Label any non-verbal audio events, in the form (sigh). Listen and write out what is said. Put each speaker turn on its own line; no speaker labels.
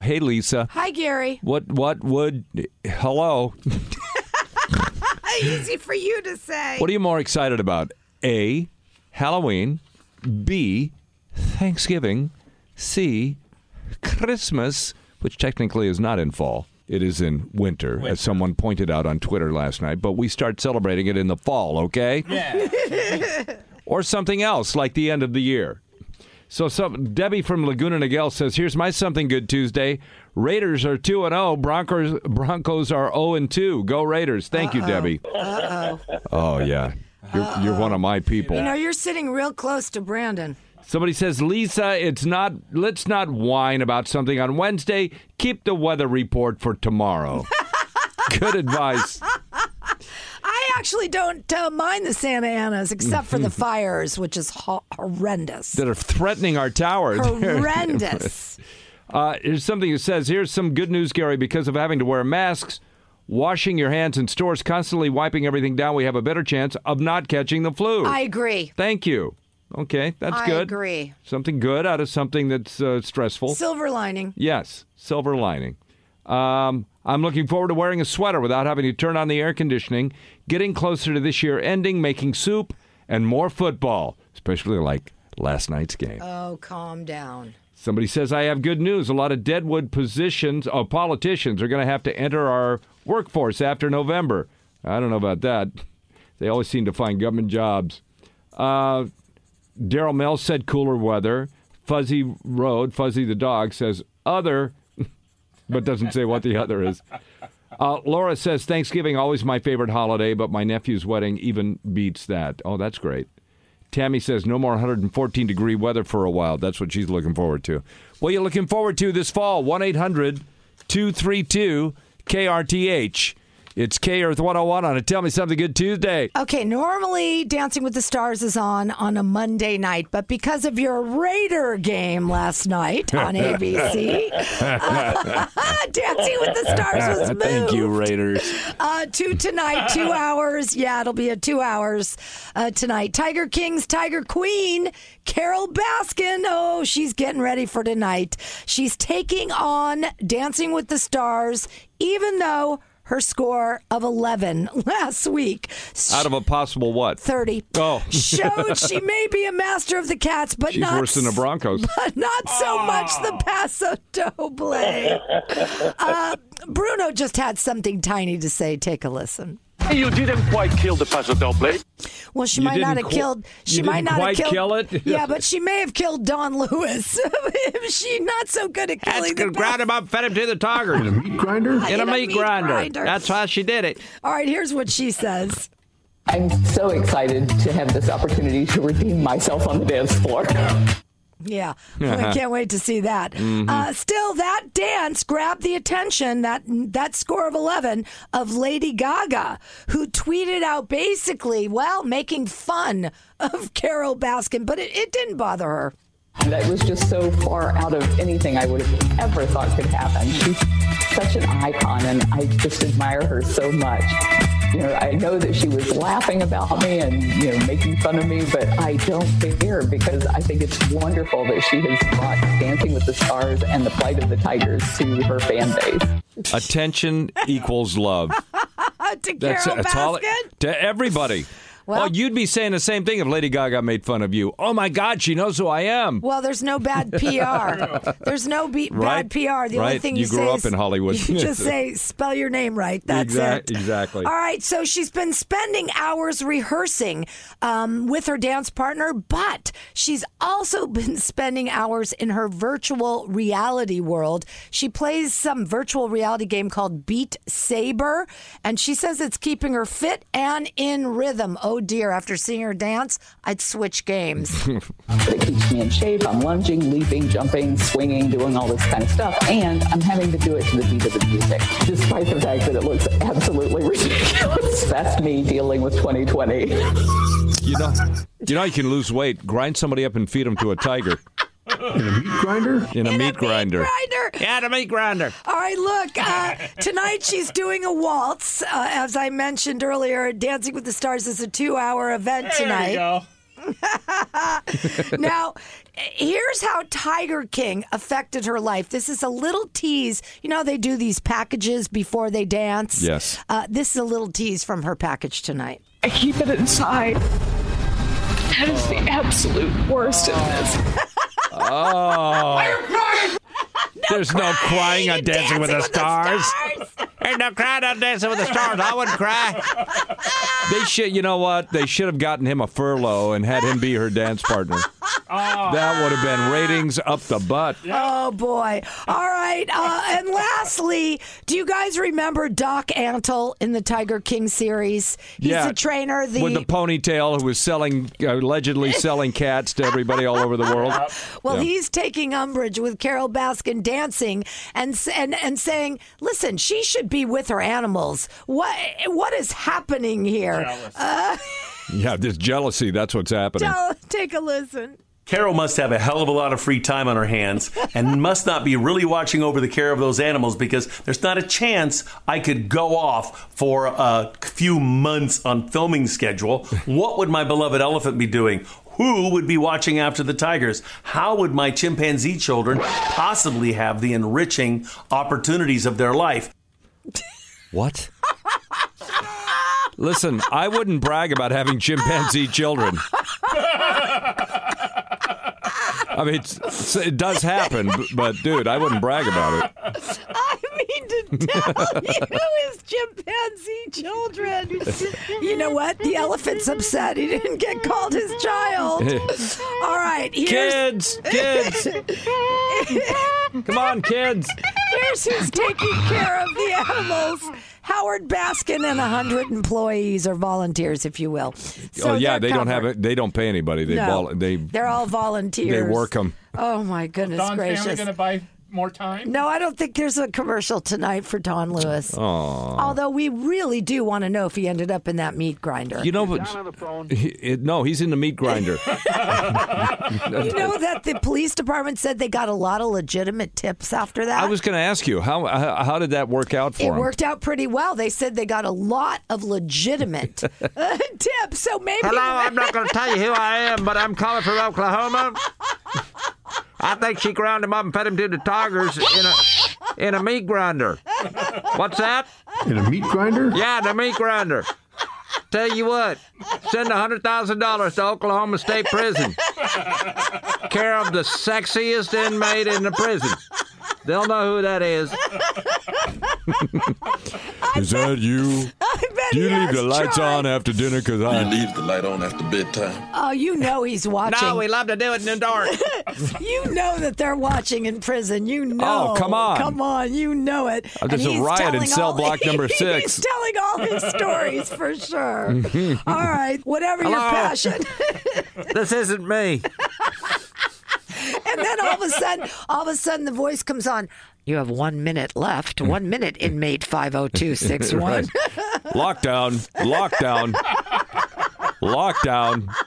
Hey, Lisa.
Hi, Gary.
What? What would? Hello.
Easy for you to say.
What are you more excited about? A. Halloween. B. Thanksgiving. C. Christmas, which technically is not in fall. It is in winter, as someone pointed out on Twitter last night, but we start celebrating it in the fall, okay?
Yeah.
Or something else like the end of the year. So some, Debbie from Laguna Niguel says, "Here's my something good Tuesday. Raiders are 2 and 0, Broncos Broncos are 0 and 2. Go Raiders. Thank you, Debbie." Oh yeah. You're, you're one of my people.
You know, you're sitting real close to Brandon.
Somebody says, Lisa, it's not. Let's not whine about something on Wednesday. Keep the weather report for tomorrow.
(laughs)
Good advice.
I actually don't uh, mind the Santa Anas
(laughs)
except for the fires, which is ho- horrendous.
That are threatening our tower. (laughs)
Horrendous.
Uh, here's something that says, here's some good news, Gary. Because of having to wear masks, washing your hands in stores, constantly wiping everything down, we have a better chance of not catching the flu.
I agree.
Thank you. Okay, that's
I
good.
agree.
Something good out of something that's uh, stressful.
Silver lining.
Yes, silver lining. Um, I'm looking forward to wearing a sweater without having to turn on the air conditioning, getting closer to this year ending, making soup, and more football, especially like last night's game.
Oh, calm down.
Somebody says, I have good news. A lot of deadwood positions, uh, politicians are going to have to enter our workforce after November. I don't know about that. They always seem to find government jobs. Uh, Daryl Mel said cooler weather. Fuzzy Road, Fuzzy the dog, says other, (laughs) but doesn't say what the other is. Uh, Laura says Thanksgiving always my favorite holiday, but my nephew's wedding even beats that. Oh, that's great. Tammy says no more 114 degree weather for a while. That's what she's looking forward to. What are you looking forward to this fall? 1 800 232 KRTH. It's K Earth 101 on a Tell Me Something Good Tuesday.
Okay, normally Dancing with the Stars is on on a Monday night, but because of your Raider game last night
(laughs)
on (laughs) ABC, Dancing with the Stars was moved.
Ah, Thank you, Raiders.
Uh, two tonight,
(laughs)
two hours. Yeah, it'll be a two hours uh, tonight. Tiger King's Tiger Queen, Carol Baskin. Oh, she's getting ready for tonight. She's taking on Dancing with the Stars, even though her score of 11 last week,
Out of a possible what?
30,
Oh.
showed
(laughs)
she may be a master of the cats, but
She's
not
worse than Ah. the Broncos.
but (laughs) not so much the Paso
(laughs)
Doble. Uh, Bruno just had something tiny to say. Take a listen.
You didn't quite kill the Paso Doble.
Well, she
You
might not
didn't
have
qu-
killed. She
you
might
didn't
not
quite
have killed.
kill it?
(laughs) yeah, but she may have killed Don Lewis. (laughs) If she not so good at
That's
killing the
good. Ground him up, fed him to the tigers. In
grinder?
a meat grinder.
grinder.
That's how she did it.
All right, here's what she says.
I'm so excited to have this opportunity to redeem myself on the dance floor.
(laughs)
Yeah, I can't wait to see that.
Mm-hmm.
Uh, still, that dance grabbed the attention that that score of eleven of Lady Gaga, who tweeted out basically, well, making fun of Carol Baskin, but it, it didn't bother her.
That was just so far out of anything I would have ever thought could happen. She's such an icon, and I just admire her so much. You know, I know that she was laughing about me and you know making fun of me, but I don't care because I think it's wonderful that she has brought Dancing with the Stars and the Flight of the Tigers to her fan base.
Attention equals love.
Uh, to
That's,
Carol
that's all.
Baskin.
It, to everybody.
Well-
oh, you'd be saying the same thing if Lady Gaga made fun of you. Oh my God, she knows who I am.
Well, there's
(laughs)
no bad PR. there's no be-
Right.
bad PR. The only
Right.
thing you,
You grew
say
up
is-
in Hollywood.
(laughs)
(laughs)
You just say spell your name right. That's
Exact-
it.
exactly.
All right. So she's been spending hours rehearsing um, with her dance partner, but she's also (laughs) been spending hours in her virtual reality world. She plays some virtual reality game called Beat Saber, and she says it's keeping her fit and in rhythm. Oh dear! After seeing her dance, I'd switch games.
that keeps me in shape. I'm lunging, leaping, jumping, swinging, doing all this kind of stuff, and I'm having to do it to the beat of the music, despite the fact that it looks absolutely ridiculous. (laughs) That's me dealing with 2020.
You know, you know, you can lose weight. Grind somebody up and feed them to a tiger
Grinder?
in a
In
meat grinder.
grinder.
Yeah, in a meat grinder.
All right, look, uh, tonight she's doing a waltz. Uh, as I mentioned earlier, Dancing with the Stars is a two hour event
There
tonight.
you go.
(laughs) now, here's how Tiger King affected her life. This is a little tease. You know, they do these packages before they dance.
Yes.
Uh, this is a little tease from her package tonight.
I keep it inside. That is the absolute worst in this.
There's no crying on Dancing, with, the Stars.
Stars.
There's no crying on Dancing with the Stars. I wouldn't (laughs) cry. They should, you know what? They should have gotten him a furlough and had him be her dance partner. That would have been ratings up the butt.
Oh boy! All right, uh, and lastly, do you guys remember Doc Antle in the Tiger King series? He's
Yeah.
the trainer. The,
With the ponytail, who was selling allegedly selling cats to everybody all over the world.
well,
Yeah.
he's taking umbrage with Carol Baskin dancing and s- and and saying, "Listen, she should be with her animals. What what is happening here?" (laughs)
Yeah, this jealousy. That's what's happening.
Oh, take a listen.
Carol must have a hell of a lot of free time on her hands and must not be really watching over the care of those animals because there's not a chance I could go off for a few months on filming schedule. What would my beloved elephant be doing? Who would be watching after the tigers? How would my chimpanzee children possibly have the enriching opportunities of their life?
What? Listen, I wouldn't brag about having chimpanzee children. I mean, it's, it's- it does happen, b- but dude, I wouldn't brag about it.
I mean to tell you, his chimpanzee children. You know what? The elephant's upset. He didn't get called his child. All right, here's
Kids, kids,
(laughs)
come on, kids.
here's who's taking care of the animals. Howard Baskin and hundred employees or volunteers, if you will. So
oh yeah,
they're
they don't have
covered.
it. They don't pay anybody. They
No,
vol- they
they're all volunteers.
they work them.
Oh my goodness
Don's family
gracious!
going to buy more time?
No, I don't think there's a commercial tonight for Don Lewis. Although we really do want to know if he ended up in that meat grinder.
You know, but he- it- no, he's in the meat grinder.
You know that the police department said they got a lot of legitimate tips after that.
I was going to ask you how how how did that work out for
it
him?
worked out pretty well. They said they got a lot
(laughs)
of legitimate uh, tips. So maybe (laughs)
I'm not going to tell you who I am, but I'm calling from Oklahoma. I think she ground him up and fed him to the tigers in a in a meat grinder. What's that?
In a meat grinder?
Yeah, the meat grinder. Tell you what, send hundred thousand dollars to Oklahoma State Prison. Care of the sexiest inmate in the prison. They'll know who that is.
Is that you?
I bet
Do you
he
leave
has
the lights
tried.
on after dinner? Because I
leave the light on after bedtime.
Oh, you know he's watching.
No, we love to do it in the dark.
you know that they're watching in prison. You
Oh,
know.
come on.
Come on. You know it.
Oh,
And
there's a
he's
riot in
telling
cell
all-
block
(laughs)
number six. Mm-hmm.
he's telling all his stories for
(laughs)
sure. all right. Whatever your
Hello.
passion. (laughs)
This isn't me.
And then all of a sudden, all of a sudden, the voice comes on. You have one minute left.
Mm.
One minute, inmate five zero
(laughs)
two six one.
Lockdown, lockdown, lockdown.